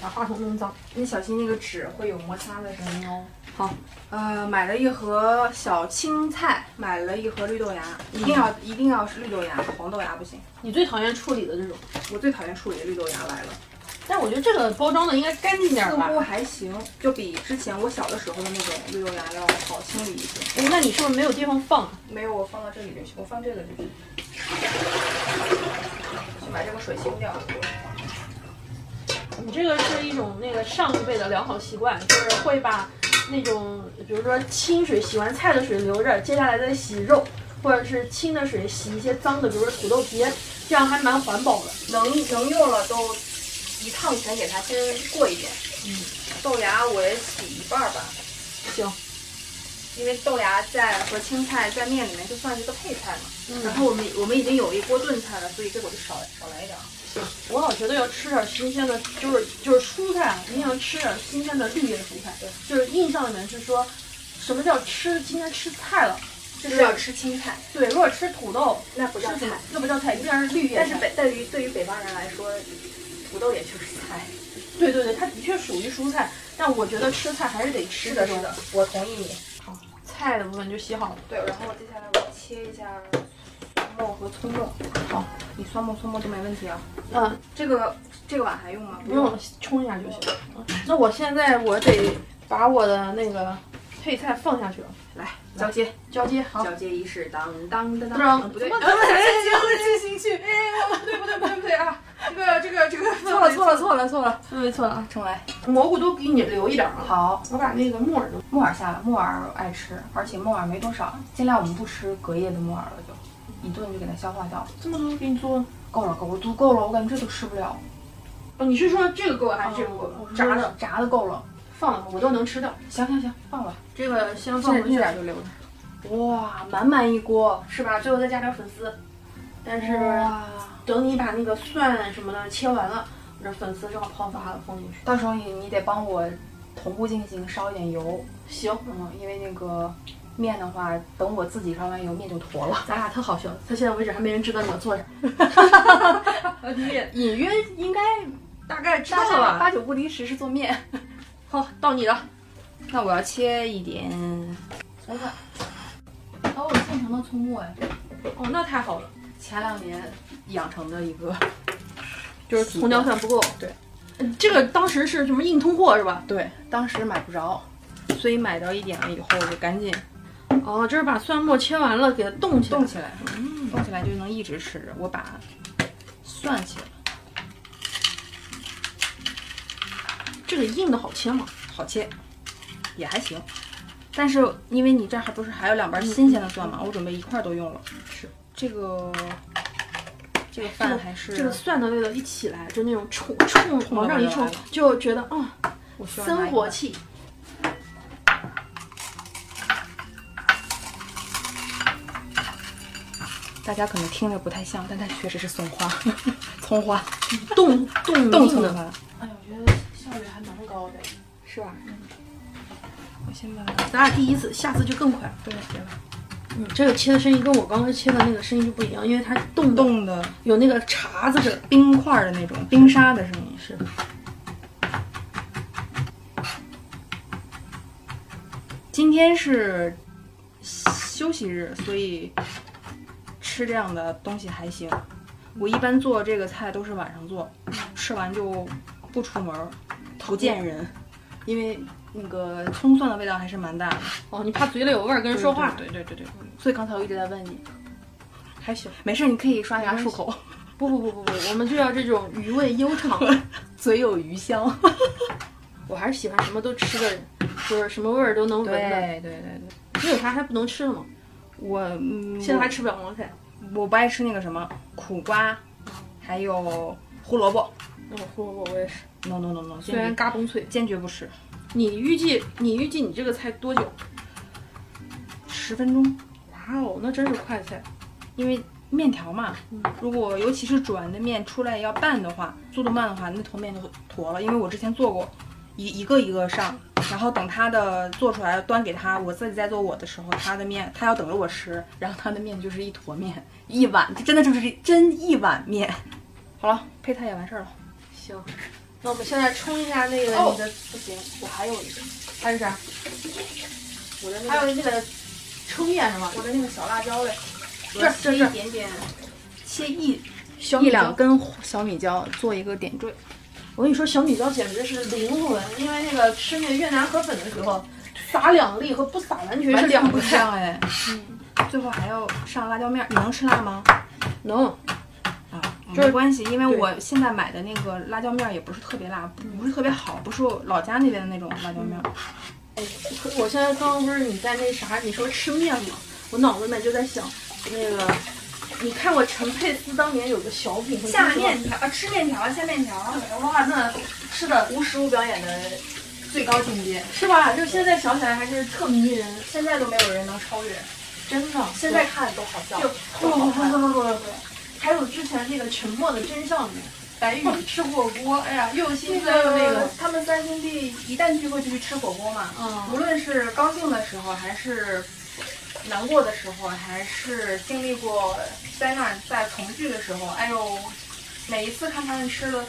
把话筒弄脏。
你小心那个纸会有摩擦的声音哦。
好，
呃，买了一盒小青菜，买了一盒绿豆芽，一定要、一定要是绿豆芽，黄豆芽不行。
你最讨厌处理的这种，
我最讨厌处理的绿豆芽来了，
但我觉得这个包装的应该干净点
似
儿吧
乎？还行，就比之前我小的时候的那种绿豆芽要好清理一些。
哎，那你是不是没有地方放？
没有，我放到这里就行，我放这个就行。去把这个水清掉。
你这个是一种那个上一辈的良好习惯，就是会把那种比如说清水洗完菜的水留着，接下来再洗肉，或者是清的水洗一些脏的，比如说土豆皮，这样还蛮环保的。
能能用了都一趟全给它先过一遍。嗯，豆芽我也洗一半儿吧，
行，
因为豆芽在和青菜在面里面就算是一个配菜嘛。
嗯
然后我们我们已经有一锅炖菜了，所以这个我就少少来一点儿。
我老觉得要吃点新鲜的，就是就是蔬菜，啊，一定要吃点新鲜的绿叶蔬菜。对，就是印象里面是说，什么叫吃今天吃菜了？
这
是要
啊吃青菜，
对，如果吃土豆，
那不
不
叫菜。，
那不叫菜，一定要是绿叶菜。
但是北对于对于北方人来说，土豆也就是菜。
对对对，它的确属于蔬菜，但我觉得吃菜还是得吃这种，
嗯我同意你。
菜的部分就洗好了。
对，然后接下来我切一下蒜末和葱末。好，你蒜末、葱末都没问题啊。
嗯，
这个这个碗还用吗？
不用。了，冲一下就行。嗯那我现在我得把我的那个配菜放下去了，
来，交接，
交接好。
交接仪式，当当当当。
当
嗯不对，
怎么
进行去。
不对不对不对不对啊！这个这个这个
错了 <laughs> 错了错了错了，
没错啊！
重来。
蘑菇都给你留一点啊。
好，
我把那个木耳都
木耳下了，木耳爱吃，而且木耳没多少，尽量我们不吃隔夜的木耳了就，一顿就给它消化掉，
这么多给你做，
够了够了，足够了，我感觉这都吃不了。
哦，你是说这个够了还是这个够了
哦？
炸的
炸的够了，
放了吧，我都能吃掉。
行行行，放吧，
这个先放
这
回
这
去，
点就留着。
哇，满满一锅是吧？最后再加点粉丝，但是
哇，
等你把那个蒜什么的切完了，我这粉丝正好泡发了，放进去。
到时候你你得帮我同步进行烧一点油，
行，
嗯，因为那个面的话，等我自己烧完油，面就坨了。
咱俩特好笑，到现在为止还没人知道你要做啥。你也
隐约应该
大概知道
大
了
概
吧？
八九不离十是做面。
好，到你了。
那我要切一点葱蒜。哦，现成的葱末哎，
哦，那太好了，
前两年养成的一个，
<laughs> 就是红椒蒜不够。
对
呃，这个当时是什么硬通货是吧？
对，当时买不着，所以买到一点了以后就赶紧
哦，这是把蒜末切完了，给它冻起来。
冻起来，嗯冻起来就能一直吃着。我把蒜切了，
这个硬的好切吗？
好切，也还行。但是因为你这儿还不是还有两瓣新鲜的蒜吗？我准备一块儿都用了。是这个这个
这
饭
个
还是
这个蒜的味道一起来，就那种冲冲往上一
冲着我就来
冲
了，
就觉得啊、
我需要拿一
生活
个
气。
大家可能听着不太像，但它确实是松花， <laughs> 葱花，
冻
<laughs>
冻
冻
硬
葱
的，
花。
哎，我觉得效率还蛮高的，是吧？
嗯我先把
咱俩第一次，下次就更快。
对别了
嗯，这个切的声音跟我刚才切的那个声音就不一样，因为它冻冻
冻的
有那个碴子的。
冰块儿的那种冰沙的声音是。今天是休息日，所以吃这样的东西还行。我一般做这个菜都是晚上做，吃完就不出门儿，不见人，因为那个葱蒜的味道还是蛮大的。
哦，你怕嘴里有味儿跟人说话？
对对对对对所以刚才我一直在问你，还行，没事，你可以刷牙漱口，
不不不不不，我们就要这种余味悠长。
嘴有余香。
我还是喜欢什么都吃的人，就是什么味儿都能闻的。
对对对，
你有啥还不能吃的吗？
我嗯，
现在还吃不了茅台。
我我不爱吃那个什么苦瓜，还有胡萝卜。
那哦我胡萝卜我也是，
No no no no，
虽然嘎嘣脆。
坚决不吃，
你预计你预计你这个菜多久？
十分钟，
哇哦，那真是快菜。
因为面条嘛，如果尤其是煮完的面出来要拌的话，速度慢的话，那坨面就坨了。因为我之前做过，一一个一个上，然后等他的做出来端给他，我自己在做我的时候，他的面他要等着我吃，然后他的面就是一坨面，一碗，这真的就是真一碗面。好了，配菜也完事儿了。
行，那我们现在冲一下那个
哦
你的，
不行，我还有一个，
还有啥？
我的那
还有那个撑面是吗？
我的那个小辣椒嘞，
这
切
这
一点点，切一
小
一
米椒
两根小米椒做一个点缀。
我跟你说，小米椒简直是灵魂，因为那个吃那个越南河粉的时候，撒两粒和不撒完全是两
不
个
一
菜。
样 <laughs> 哎。最后还要上辣椒面儿，你能吃辣吗？
能，
啊，
就是
没关系，因为我现在买的那个辣椒面儿也不是特别辣，不是特别好，不是我老家那边的那种辣椒面儿。
我现在刚刚不是你在那啥，你说吃面吗？我脑子里面就在想，那个，你看过陈佩斯当年有个小品，
下面条啊，吃面条啊，下面条啊，
哇，那是的，
无实物表演的最高境界，
是吧？就现在想起来还是特迷人，
现在都没有人能超越。
真的。
现在看都好笑
就不不不不不不，还有之前那个《沉默的真相》里面，白玉吃火锅，哎呀，又心酸又那个，
他们三兄弟一旦聚会就去吃火锅嘛，
嗯，
无论是高兴的时候，还是难过的时候，还是经历过灾难再重聚的时候，哎呦，每一次看他们吃的，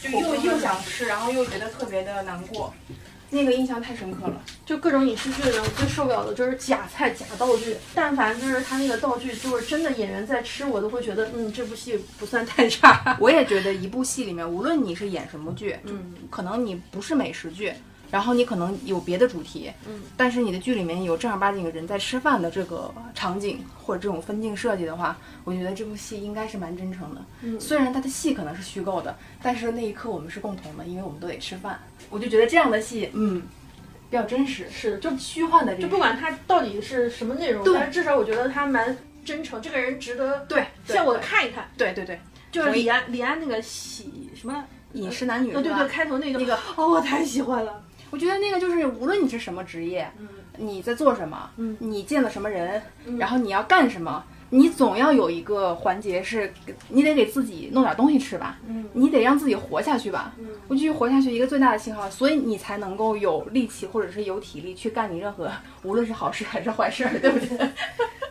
就又又想吃，然后又觉得特别的难过。那个印象太深刻了，
就各种影视剧里面我最受不了的就是假菜假道具，但凡就是他那个道具，就是真的演员在吃，我都会觉得，嗯，这部戏不算太差。
我也觉得一部戏里面，无论你是演什么剧，
嗯，
可能你不是美食剧，然后你可能有别的主题，
嗯，
但是你的剧里面有正儿八经的人在吃饭的这个场景或者这种分镜设计的话，我觉得这部戏应该是蛮真诚的。
嗯
虽然它的戏可能是虚构的，但是那一刻我们是共同的，因为我们都得吃饭。我就觉得这样的戏，嗯，比较真实，
是，就
就虚幻的这
就
种。
不管他到底是什么内容，
对
但是至少我觉得他蛮真诚，这个人值得
对，对
向我看一看。嗯
对对对，
就是
同意
李安，李安那个喜什么
饮食男女
呃，
是
对
吧
对，开头那个
那个
哦，我太喜欢了。
我觉得那个就是，无论你是什么职业，
嗯
你在做什么，
嗯
你见了什么人，
嗯
然后你要干什么，你总要有一个环节是，你得给自己弄点东西吃吧，
嗯
你得让自己活下去吧。
嗯
我觉得活下去一个最大的信号，所以你才能够有力气或者是有体力去干你任何， <laughs> 无论是好事还是坏事， <laughs> 对不对？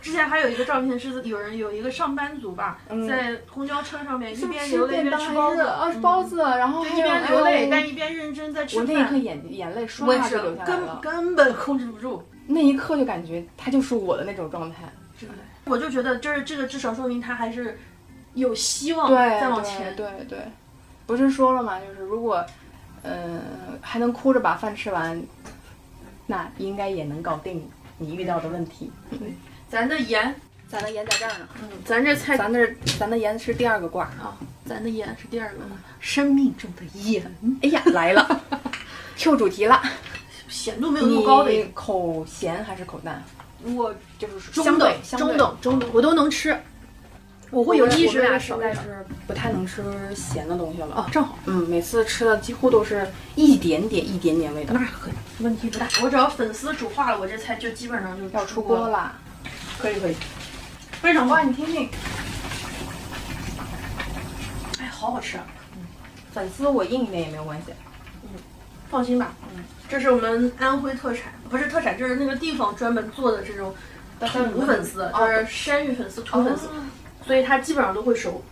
之前还有一个照片是有人有一个上班族吧，
嗯
在公交车上面一边
吃
流泪一
便
边
当
吃
还
包哎
是
子，嗯
啊，包子，然后还
一边流泪，但
一
一边认真在吃
我那一刻
饭。
眼眼泪
我
唰
也
下
是
就流下来
根
了，
根本控制不住，
那一刻就感觉他就是我的那种状态。
我就觉得就是这个至少说明他还是有希望
对，
哦再往前。
对对对，不是说了吗？就是如果，嗯、还能哭着把饭吃完，那应该也能搞定你遇到的问题。
咱的盐，
咱的盐在这儿呢，
咱这菜，
咱这咱的盐是第二个罐儿。啊
咱的盐是第二个，生命中的盐，
哎呀，来 <laughs> 了，Q 主题了。 <laughs>
咸度没有那么
你
高的一
口咸还是口淡？
个，我
就是
中
相对
等、
相
中
对
等、中等，我都能吃，我会有意识
我
的
们
少
现
一
在
点。
是不太能吃咸的东西了。
哦，正好，
嗯，每次吃的几乎都是一点点、一点点味道。
问题不大。我只要粉丝煮化了，我这菜就基本上就
要出锅
了。嗯
啦！可以可以。
为什么？
哇，你听听，
哎，好好吃啊！
粉丝我硬一点也没有关系。
放心吧，嗯，这是我们安徽特产，不是特产，这是那个地方专门做的这种土粉丝，就是山芋粉丝、土粉丝，
哦
所以它基本上都会熟。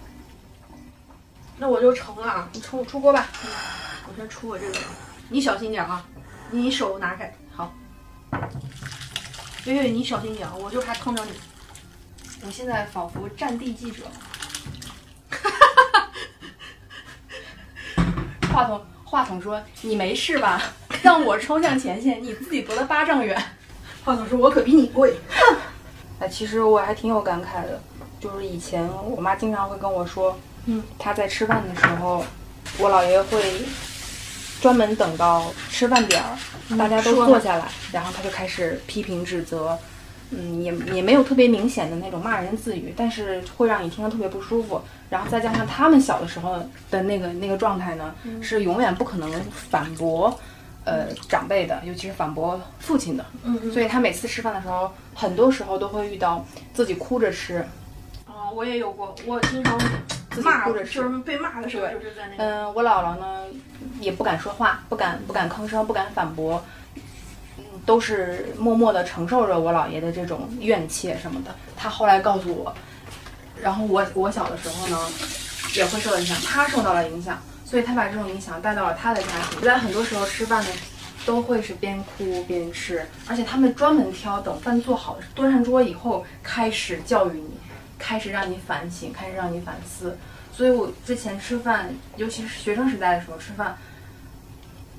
那我就盛了啊，
你出出锅吧。
我先出我这个，你小心点啊，你手拿开，好。月月，你小心点啊，我就怕烫着你。
我现在仿佛战地记者。话筒话筒说：“你没事吧？让我冲向前线，你自己躲得八丈远。
话筒说，我可比你贵。”
哎，其实我还挺有感慨的，就是以前我妈经常会跟我说，
嗯，
她在吃饭的时候，我姥爷会专门等到吃饭点儿，大家都
说
坐下来，然后他就开始批评指责，嗯，也也没有特别明显的那种骂人自语，但是会让你听得特别不舒服。然后再加上他们小的时候的那个那个状态呢，是永远不可能反驳，呃，长辈的，尤其是反驳父亲的。
嗯
所以他每次吃饭的时候，很多时候都会遇到自己哭着吃。
啊，我也有过，我经常
自己
骂，
哭着
就
吃
是被骂的时候，
对
就是在那个。
嗯、我姥姥呢也不敢说话，不敢不敢吭声，不敢反驳，嗯，都是默默的承受着我姥爷的这种怨气什么的。他后来告诉我，然后我我小的时候呢也会受影响，他受到了影响，所以他把这种影响带到了他的家庭。我在很多时候吃饭的都会是边哭边吃，而且他们专门挑等饭做好端上桌以后开始教育你，开始让你反省，开始让你反思。所以我之前吃饭，尤其是学生时代的时候吃饭，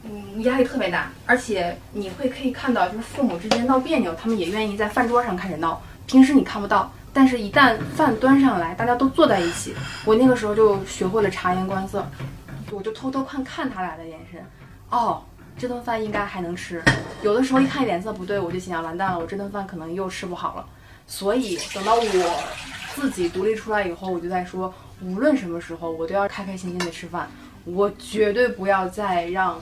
嗯，压力特别大，而且你会可以看到，就是父母之间闹别扭，他们也愿意在饭桌上开始闹，平时你看不到。但是，一旦饭端上来，大家都坐在一起，我那个时候就学会了察言观色，我就偷偷看看他俩的眼神，哦，这顿饭应该还能吃。有的时候一看脸色不对，我就心想完蛋了，我这顿饭可能又吃不好了。所以等到我自己独立出来以后，我就在说，无论什么时候，我都要开开心心的吃饭，我绝对不要再让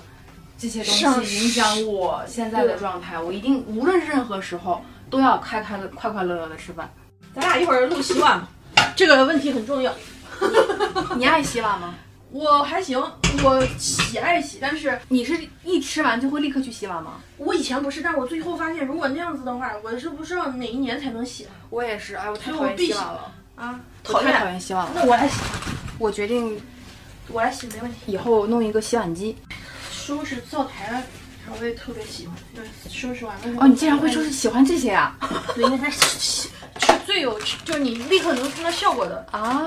这些东西影响我现在的状态。我一定无论任何时候都要开开乐快快乐乐的吃饭。
咱俩一会儿录洗碗吧，这个问题很重要。
你爱洗碗吗？
我还行，我喜爱洗，但是
你是一吃完就会立刻去洗碗吗？
我以前不是，但我最后发现，如果那样子的话，我是不知道哪一年才能洗
我也是，哎，我太
所以我
讨厌
必
洗
须
碗了，
啊？
我
讨
太讨
厌。
厌洗碗了。
那我来洗，
我决定
我来洗没问题。
以后弄一个洗碗机。
收拾灶台，啊我也特别喜欢。对，收拾完了
哦，你竟然会说是喜欢这些啊？
对，因为它洗是最有，就是你立刻能看到效果的。
啊，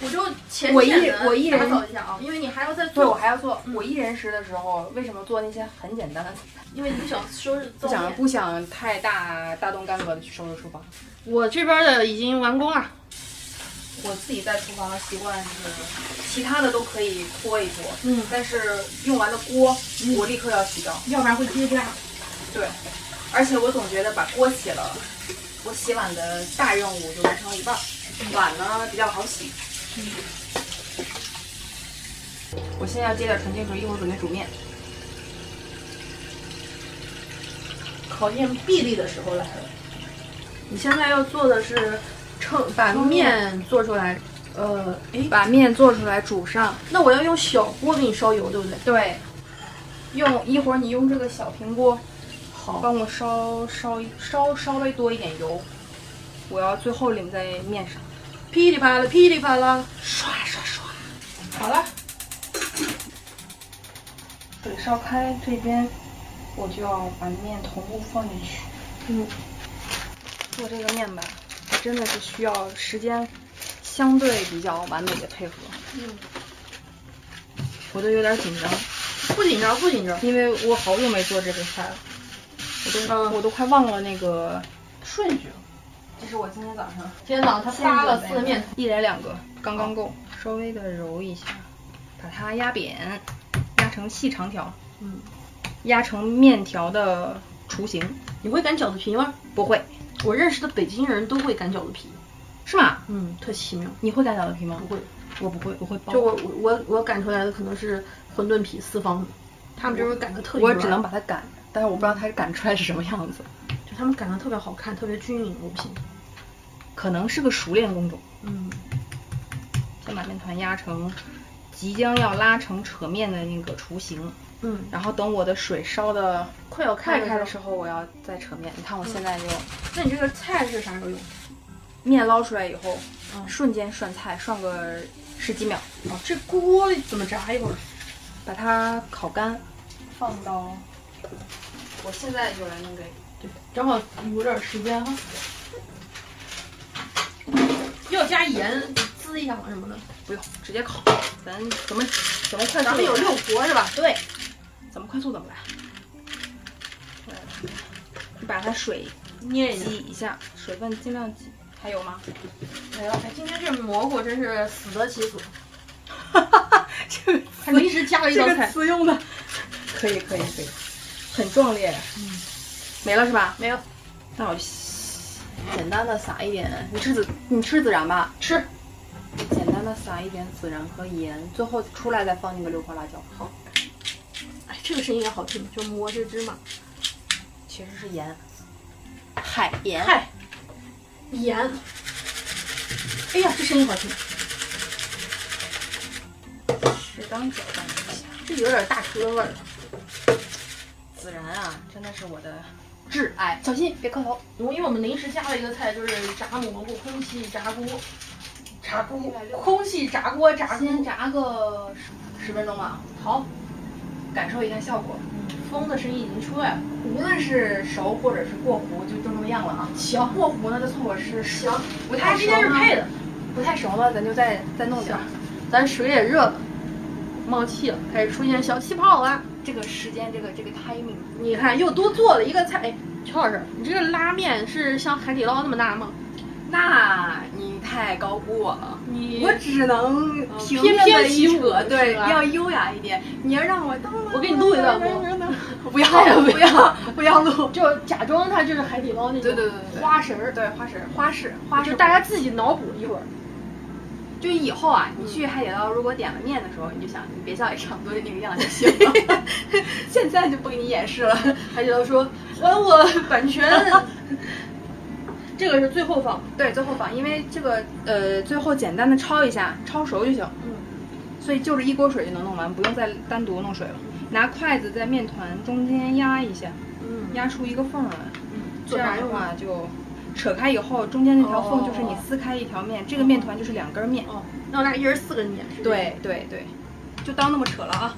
我就浅
我一
浅的
我一人
打扫一下啊，因为你还要再
对，我
做，
还要做。我一人食的时候，为什么做那些很简单的？
因为你不想收拾
不
灶
想
面。
不想太大大动干戈的去收拾厨房。
我这边的已经完工了，
我自己在厨房的习惯是，其他的都可以拖一拖，
嗯，
但是用完的锅，我立刻要洗掉。
要不然会结痂。
对，而且我总觉得把锅洗了，我洗碗的大任务就完成了一半儿。碗呢比较好洗，我先要接点纯净水，一会儿准备煮面。
考验臂力的时候来了。你现在要做的是称把面做出来，呃，诶，
把面做出来煮上，
那我要用小锅给你烧油，对不对？
对，用一会儿你用这个小平锅
好，
帮我烧烧烧稍微多一点油，我要最后淋在面上。
噼里啪啦，噼里啪啦，
好了，
水烧开这边，我就要把面同步放进去。
嗯，
做这个面吧，它真的是需要时间相对比较完美的配合。
嗯，
我都有点紧张，
不紧张，不紧张。
因为我好久没做这个菜了，我都、
嗯
我都快忘了那个。
顺序，
这是我今天早上
今天早上他发了四个面，，
一人两个，刚刚够，稍微的揉一下，把它压扁，压成细长条，
嗯，
压成面条的雏形。
你会擀饺子皮吗？
不会，
我认识的北京人都会擀饺子皮，
是吗？
嗯，特奇妙。
你会擀饺子皮吗？
不会，
我不会，我会包。
就我我我擀出来的可能是馄饨皮四方的，他们就是擀的特别
我
软，
只能把它擀，但是我不知道它擀出来是什么样子，
就他们擀的特别好看，特别均匀，我不行。
可能是个熟练工种。
嗯，
先把面团压成即将要拉成扯面的那个雏形，
嗯，
然后等我的水烧的
快要
快
开
开
开
的
了
时候，我要再扯面。你看我现在就
那你这个菜是啥时候用？
面捞出来以后，
嗯
瞬间涮菜，涮个十几秒，
哦，这锅怎么炸一会儿？
把它烤干，放到。我现在就来弄这个。
正好有点时间哈。要加盐滋一下吗什么的？
不用，直接烤。咱怎么怎么快速？
咱们有六婆是吧？
对，怎么快速怎么来。你把它水
捏一下。
挤一下，水分尽量挤。还有 <laughs> 吗？
哎，今天这蘑菇真是死得其所，
哈哈哈，这个
还临时加了一道菜。
词用的，可以可以可以，很壮烈。嗯，没了是吧？
没有，
那我就简单的撒一点，你吃孜你吃孜然吧，
吃。
简单的撒一点孜然和盐，最后出来再放那个六块辣椒。好，
哎，这个声音也好听，就磨这芝麻。
其实是盐，海盐。
嗨，盐。哎呀，这声音好听，
适当搅拌一下。
这有点大厨的味儿。
孜然啊，真的是我的挚爱。
小心，
别磕头。
因为我们临时加了一个菜，就是炸蘑菇、空气炸锅、炸锅、空气炸锅、炸锅。
先炸个十十分钟吧，
好，
感受一下效果。
风的声音已经出来了。
无论是熟或者是过糊，就都这么样了啊。
行
过糊呢就凑合吃，
行，
不
它
太
今
熟
天是
呢
配的，
不太熟了咱就再再弄点儿。
咱水也热了，冒气了，开始出现小气泡了。
这个时间，这个这个 timing，
你看，又多做了一个菜。哎，乔老师，你这个拉面是像海底捞那么大吗？
那你太高估我了。
你
我只能平
偏
面的
偏起
一
舞
扯，对，
是吧
要优雅一点。你要让我当，
我给你录一段不？
不要不要不要录。
就假装它就是海底捞那种
对对对对对
花神儿，
对，花式花式花
花
式，
就大家自己脑补一 <laughs> 会儿。
就以后啊，你去海底捞如果点了面的时候，你就想你别像差不多那个样就行了。现在就不给你演示了。
海底捞说还我版权，这个是最后放。
对，最后放，因为这个呃，最后简单的焯一下，焯熟就行。
嗯，
所以就是一锅水就能弄完，不用再单独弄水了。拿筷子在面团中间压一下，
嗯，
压出一个缝儿来。这
做啥
样
用
的
啊？
话就扯开以后，中间那条缝就是你撕开一条面，这个面团就是两根面。
哦，那我俩一人四个人演示。，
对对对，就当那么扯了啊。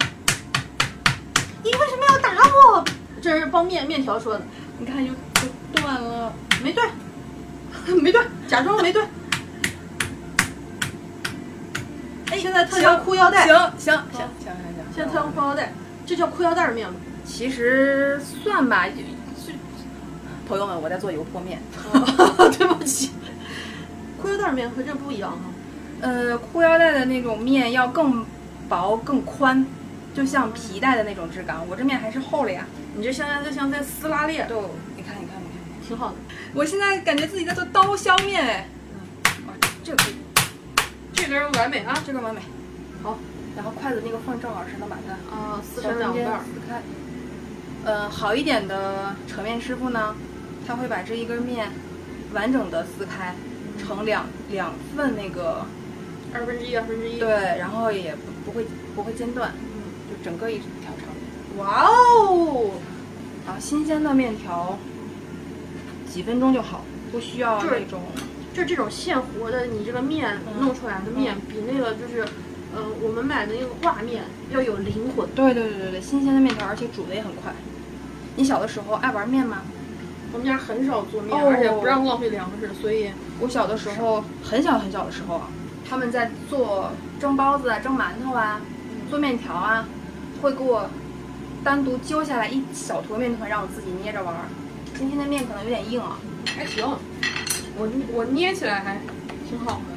你为什么要打我？这是帮面面条说的，
你看就就断了，
没对，没对，假装没对。哎，现在特效裤腰带，
行行行行行行，
现在特效裤腰带，这叫裤腰带面吗？
其实算吧，就
<laughs>
就朋友们，我在做油泼面。
对不起，裤腰带面和这不一样哈。
呃，裤腰带的那种面要更薄更宽，就像皮带的那种质感。我这面还是厚了呀。
你这现在就像在撕拉链，
对，你看你看你看，
挺好的。
我现在感觉自己在做刀削面哎。哇这个可以
这根完美啊！
这个完美。
好，然后筷子那个缝正好是能把它
啊，撕
小
成
中
两
间
半儿。
撕开。
呃，好一点的扯面师傅呢，他会把这一根面完整的撕开，成两两份那个
二分之一，二分之一。嗯
对，然后也不不会不会间断，就整个一条长面。
哇哦，
然后新鲜的面条几分钟就好，不需要
就是
那种
就这种现和的，你这个面
嗯
弄出来的面，比那个就是，呃，我们买的那个挂面要有灵魂。
对对对对对，新鲜的面条，而且煮的也很快。你小的时候爱玩面吗？
我们家很少做面，
哦
而且不让浪费粮食，所以
我小的时候，很小很小的时候啊，他们在做蒸包子啊、蒸馒头啊、做面条啊，会给我单独揪下来一小坨面团让我自己捏着玩儿。今天的面可能有点硬啊，
还行。我我捏起来还挺好的。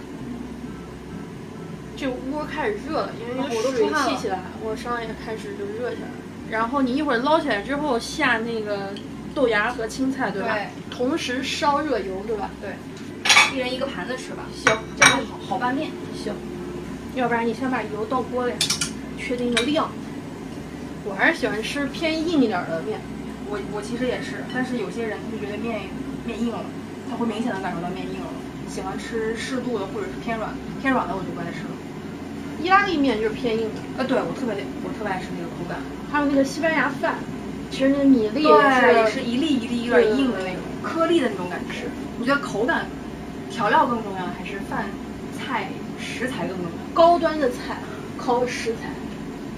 这屋开始热了，因为那
哦我
个
都
水
出汗
汽
了
起来，我上也开始就热起来了。然后你一会儿捞起来之后下那个豆芽和青菜，对吧？同时烧热油，对吧？
一人一个盘子吃吧，
行，
这样好好拌面。
行，要不然你先把油倒锅里，确定一个量。我还是喜欢吃偏硬一点儿的面，
我我其实也是，但是有些人他就觉得面面硬了，他会明显的感受到面硬了，喜欢吃适度的或者是偏软偏软的我就不爱吃了。
意大利面就是偏硬的，
呃，对我特别我特别爱吃那个口感，
还有那个西班牙饭，其实那个米粒
对，
也
也
是
是一粒一粒有点硬的那种颗粒的那种感觉。你觉得口感调料更重要，还是饭菜食材更重要？
高端的菜靠食材，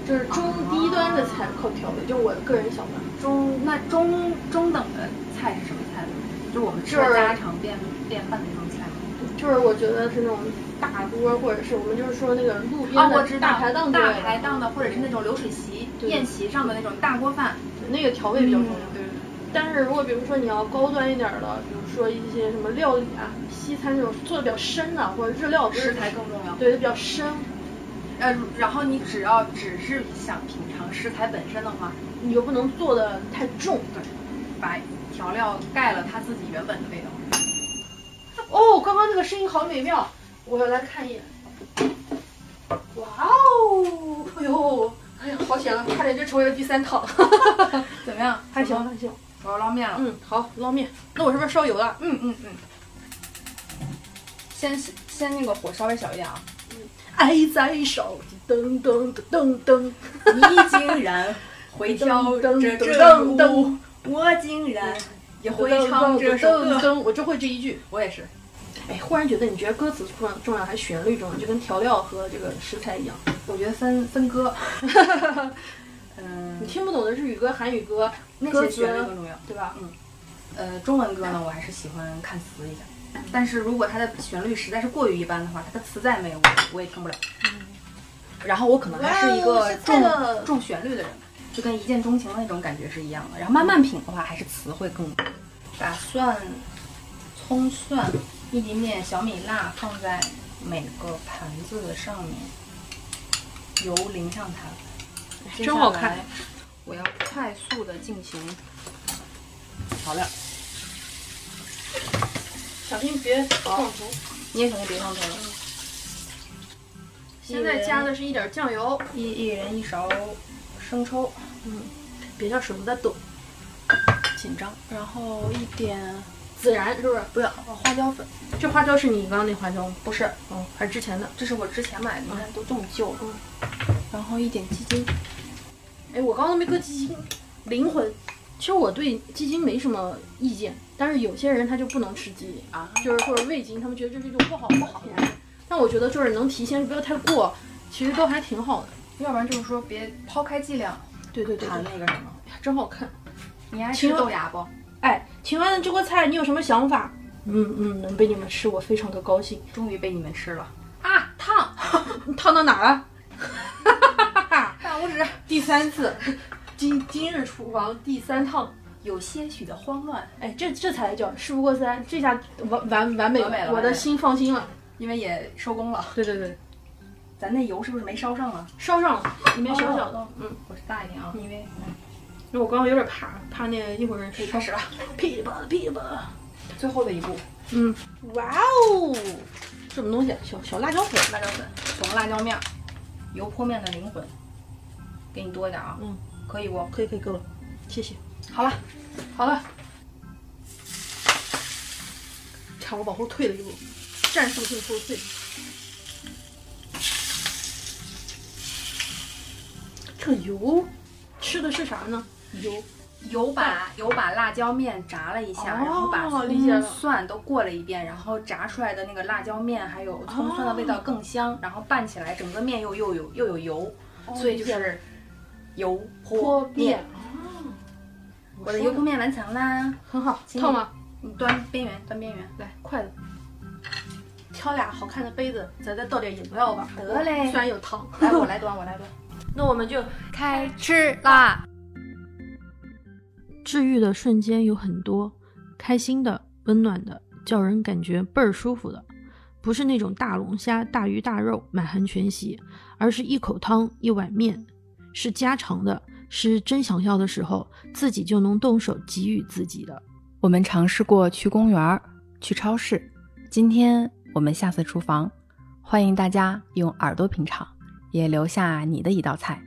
就是中低端的菜靠调味，就我个人想法。
中那中中等的菜是什么菜呢？就是我们吃
就
的
是
家常便便饭的那种菜吗。
就是我觉得是那种大锅，或者是我们就是说那个路边
啊，我
的
知道，
大排档之类
大
的，
排档的，或者是那种流水席、
对嗯
宴席上的那种大锅饭，
那个调味比较重要。
对对对。
但是如果比如说你要高端一点儿的，比如说一些什么料理啊、西餐这种做的比较深的、或者日料之类
食
的
材更重要。
对就比较深，
呃，然后你只要只是想品尝食材本身的话，
你又不能做的太重。
把调料盖了它自己原本的味道。
哦，刚刚那个声音好美妙，我来看一眼。哇哦，哎呦，哎呀，好险啊！差点就成为了第三套。
怎么样？
<laughs> 还行还行，
我要捞面了。
嗯，好，捞面。那我是不是烧油了？
嗯嗯嗯。先先那个火稍微小一点 <laughs> 啊。
爱在烧，噔噔噔噔噔。
你竟然回
挑
挑
着
着
这
这
舞
舞， <laughs> 我竟然也会唱这首
噔
歌。
噔，我就会这一句。
我也是。
哎，忽然觉得你觉得歌词重要重要还是旋律重要？就跟调料和这个食材 <laughs> 一样。
我觉得分分歌，嗯
你，听不懂的日语歌、韩语歌，
那
歌
些旋律
词
更重要。
对吧？
呃，中文歌呢，我还是喜欢看词一下。
嗯
但是如果它的旋律实在是过于一般的话，它的词再美，我我也听不了。然后我可能还是一
嗯哇哦
个
是菜的
重重旋律的人，就跟一见钟情的那种感觉是一样的。然后慢慢品的话，还是词会更。把蒜、葱蒜、意大利面、小米辣放在每个盘子的上面，油淋上它。接
真
下
好看
来我要快速的进行调料。
小心别放头。
你也小心别上头了。
现在加的是一点酱油，
一一人一勺生抽，
别像手都在抖，紧张。然后一点孜然，是不是？
不要呃花椒粉，
这花椒是你刚刚那花椒吗？
不是，
哦，还是之前的。
这是我之前买的，你看都这么旧了。然后一点鸡精，
嗯哎，我刚刚没搁鸡精，灵魂。其实我对鸡精没什么意见，但是有些人他就不能吃鸡精
啊
就是或者味精，他们觉得这是一种不好不好的东西。但我觉得就是能提鲜，不要太过，其实都还挺好的。
要不然就是说别抛开剂量，
对对对
谈
对，
那个什么。
真好看。
你爱
吃
吃
豆
豆芽不？
哎，请问这锅菜你有什么想法？嗯嗯，能被你们吃，我非常的高兴。
终于被你们吃了啊！烫，
你 <laughs> 烫到哪儿了？
大拇指。
第三次， <laughs> 今今日厨房第三趟。
有些许的慌乱，
哎，这这才叫事不过三，这下完完完美
完美了完
我
美
的
了
心放心了。
因为也收工了。
对对对，
咱那油是不是没烧上啊？
烧上了，里面小小的，
哦
嗯，
我是大一点啊，因为
因为我刚刚有点怕，怕那个一会儿
可以开始了。
噼里啪啦噼里啪啦。
最后的一步，
嗯，哇哦，什么东西啊？小小辣椒粉，
辣椒粉，红辣椒面儿，油泼面的灵魂，给你多一点啊。
嗯，
可以不？
可以可以够了，谢谢。
好了，
好了，差我往后退了一步，战术性后退。这个油吃的是啥呢？油
油把油把辣椒面炸了一下，
哦
然后把
理解了
葱蒜都过了一遍，然后炸出来的那个辣椒面还有葱蒜的味道更香，然后拌起来整个面又又有又有油，所以就是油泼
哦泼面。哦
我的油泼面完成啦，
很好，
请你
烫吗？
你端边缘，端边缘。
来，筷子，挑俩好看的杯子，咱再倒点饮料吧。
得嘞
虽然有糖。 <laughs>
来，我来端，我来端。
那我们就
开吃啦！
治愈的瞬间有很多，开心的、温暖的，叫人感觉倍儿舒服的，不是那种大龙虾、大鱼大肉、满汉全席，而是一口汤、一碗面，是家常的，是真想要的时候自己就能动手给予自己的。
我们尝试过去公园儿、去超市，今天我们下次厨房，欢迎大家用耳朵品尝，也留下你的一道菜。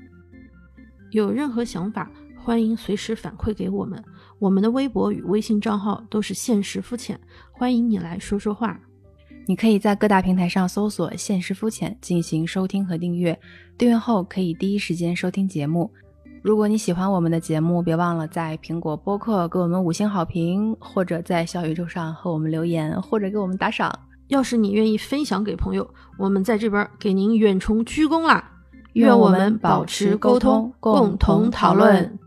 有任何想法，欢迎随时反馈给我们。我们的微博与微信账号都是现实肤浅，欢迎你来说说话。
你可以在各大平台上搜索“现实肤浅”进行收听和订阅，订阅后可以第一时间收听节目。如果你喜欢我们的节目，别忘了在苹果播客给我们五星好评，或者在小宇宙上和我们留言，或者给我们打赏。
要是你愿意分享给朋友，我们在这边给您远程鞠躬啦！
愿
愿
我
我
们
们
保
保
持
持
沟
沟
通
通，
共同
共同
讨
讨
论
论。